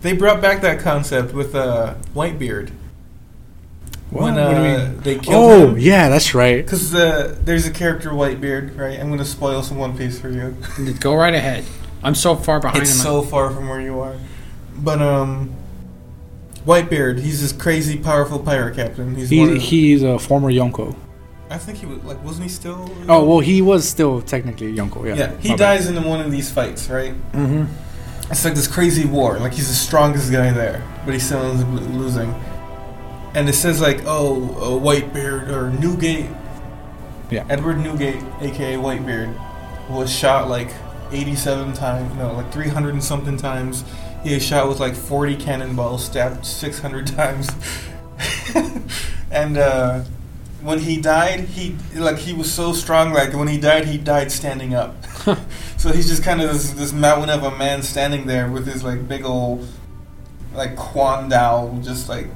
They brought back that concept with uh, Whitebeard when What? What do you uh, mean? they killed Oh, him. yeah, that's right. Because uh, there's a character Whitebeard, right? I'm gonna spoil some One Piece for you. Go right ahead. I'm so far behind. It's him. so far from where you are. But um, Whitebeard, he's this crazy, powerful pirate captain. He's one He, of, he's a former Yonko. I think he was like, wasn't he still? Oh, well, he was still technically Yonko, yeah. yeah. He dies in one of these fights, right? Mm-hmm. It's like this crazy war. Like he's the strongest guy there, but he still ends up lo- losing. And it says like, oh, uh, Whitebeard or Newgate. Yeah. Edward Newgate, aka Whitebeard, was shot like 87 times, no, like 300 and something times. He was shot with like 40 cannonballs, stabbed 600 times. and uh, when he died, he like he was so strong. Like when he died, he died standing up. so he's just kind of this, this mountain of a man standing there with his like big old like Quan Dao, just like.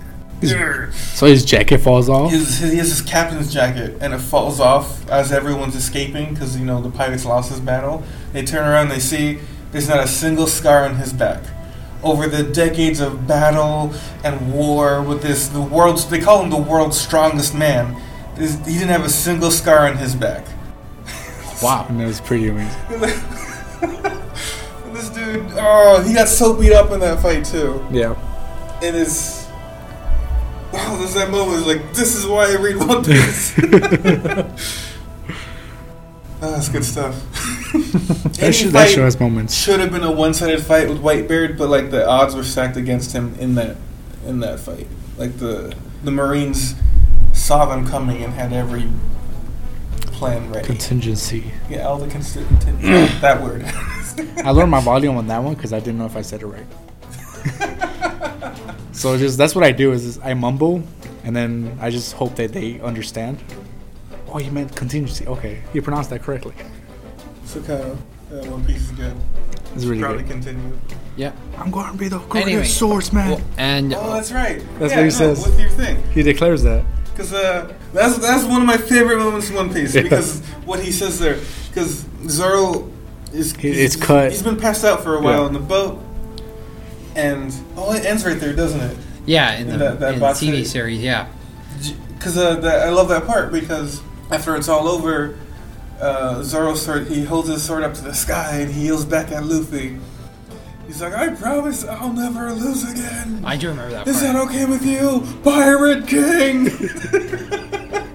He's- "Grr." So his jacket falls off. His, his, he has his captain's jacket, and it falls off as everyone's escaping because you know the pirates lost his battle. They turn around, they see there's not a single scar on his back. Over the decades of battle and war with this, the world's they call him the world's strongest man. This, he didn't have a single scar on his back. Wow. And that was pretty amazing. This dude, oh, he got so beat up in that fight too. Yeah. It is. Wow, there's that moment like, this is why I read One Piece. Oh, that's good stuff. That, Any should, that fight show has moments. should have been a one-sided fight with Whitebeard, but like the odds were stacked against him in that in that fight. Like the the Marines saw them coming and had every plan ready. Contingency. Yeah, all the constituents. that word. I learned my volume on that one because I didn't know if I said it right. so just that's what I do is, is I mumble, and then I just hope that they understand. Oh, you meant contingency. Okay, you pronounced that correctly. so Kyle, uh, One Piece is good. It's really Probably good. continue. yeah. I'm going to be the greatest Anyway. swordsman. Well, and Oh, that's right. That's yeah, what he no, says. With your thing. he declares that. Because uh, that's that's one of my favorite moments in One Piece. Yeah. Because what he says there, because Zoro is He- he's- it's cut. He's been passed out for a while Yeah. in the boat, and oh, it ends right there, doesn't it? yeah, in In the, that- that in the box TV fight. series, yeah. Because uh, that- I love that part because after it's all over, uh, Zoro sword he holds his sword up to the sky and he yells back at Luffy. He's like, "I promise I'll never lose again." I do remember that Is that part. okay with you, Pirate King?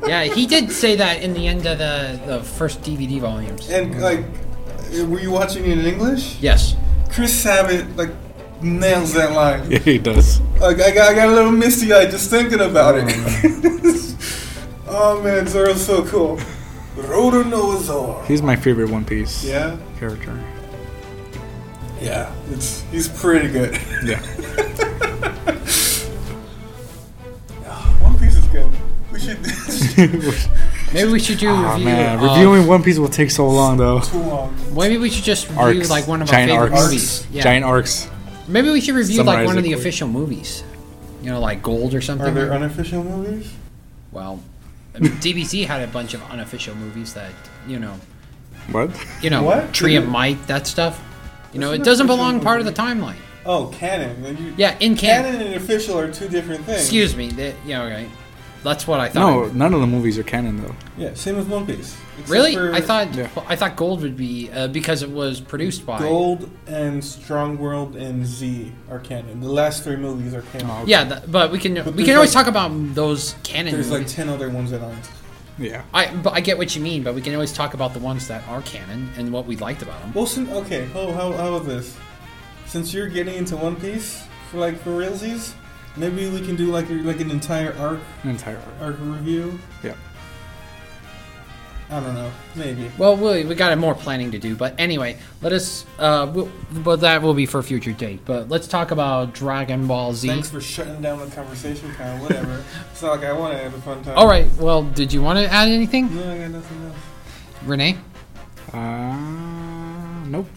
yeah, he did say that in the end of the, the first DVD volumes. and like, were you watching it in English? Yes. Chris Sabat like nails that line. Yeah, he does. Like I got, I got a little misty eyed just thinking about it. oh man, Zoro's so cool. Rotonoazor. He's my favorite One Piece Yeah, character. yeah. It's he's pretty good. Yeah. One Piece is good. We should Maybe we should do a oh review. man, of- reviewing One Piece will take so long though. too long. Maybe we should just review Arcs, like one of our giant favorite arcs, movies. Yeah. giant arcs. Maybe we should review like Summarize one it of the quick. official movies. You know, like Gold or something. Are there unofficial movies? well, I mean, DBZ had a bunch of unofficial movies that you know, What? you know, What? Tree of Might, that stuff. You know, That's it an doesn't official belong part of the movie. timeline. Oh, canon. Like, you- Yeah, in canon. Canon and official are two different things. Excuse me. That, yeah, okay. That's what I thought. No, none of the movies are canon though. Yeah, same with One Piece. Except really? for I thought Yeah. I thought Gold would be uh, because it was produced by. Gold and Strong World and Z are canon. The last three movies are canon. Oh, Yeah, th- but we can we there's can always like- talk about those canon There's like movies. ten other ones that aren't. Yeah. I but I get what you mean, but we can always talk about the ones that are canon and what we liked about them. Well, since, okay, oh, how, how about this? Since you're getting into One Piece for like for realsies, maybe we can do like a, like an entire arc An entire arc. arc review. Yeah. I don't know, maybe. Well, we, we got more planning to do, but anyway, let us. Uh, we'll, but that will be for a future date. But let's talk about Dragon Ball Z. Thanks for shutting down the conversation, Kyle. Whatever. it's not like I want to have a fun time. All right. Well, did you want to add anything, No, I got nothing else. Renee? Uh, nope.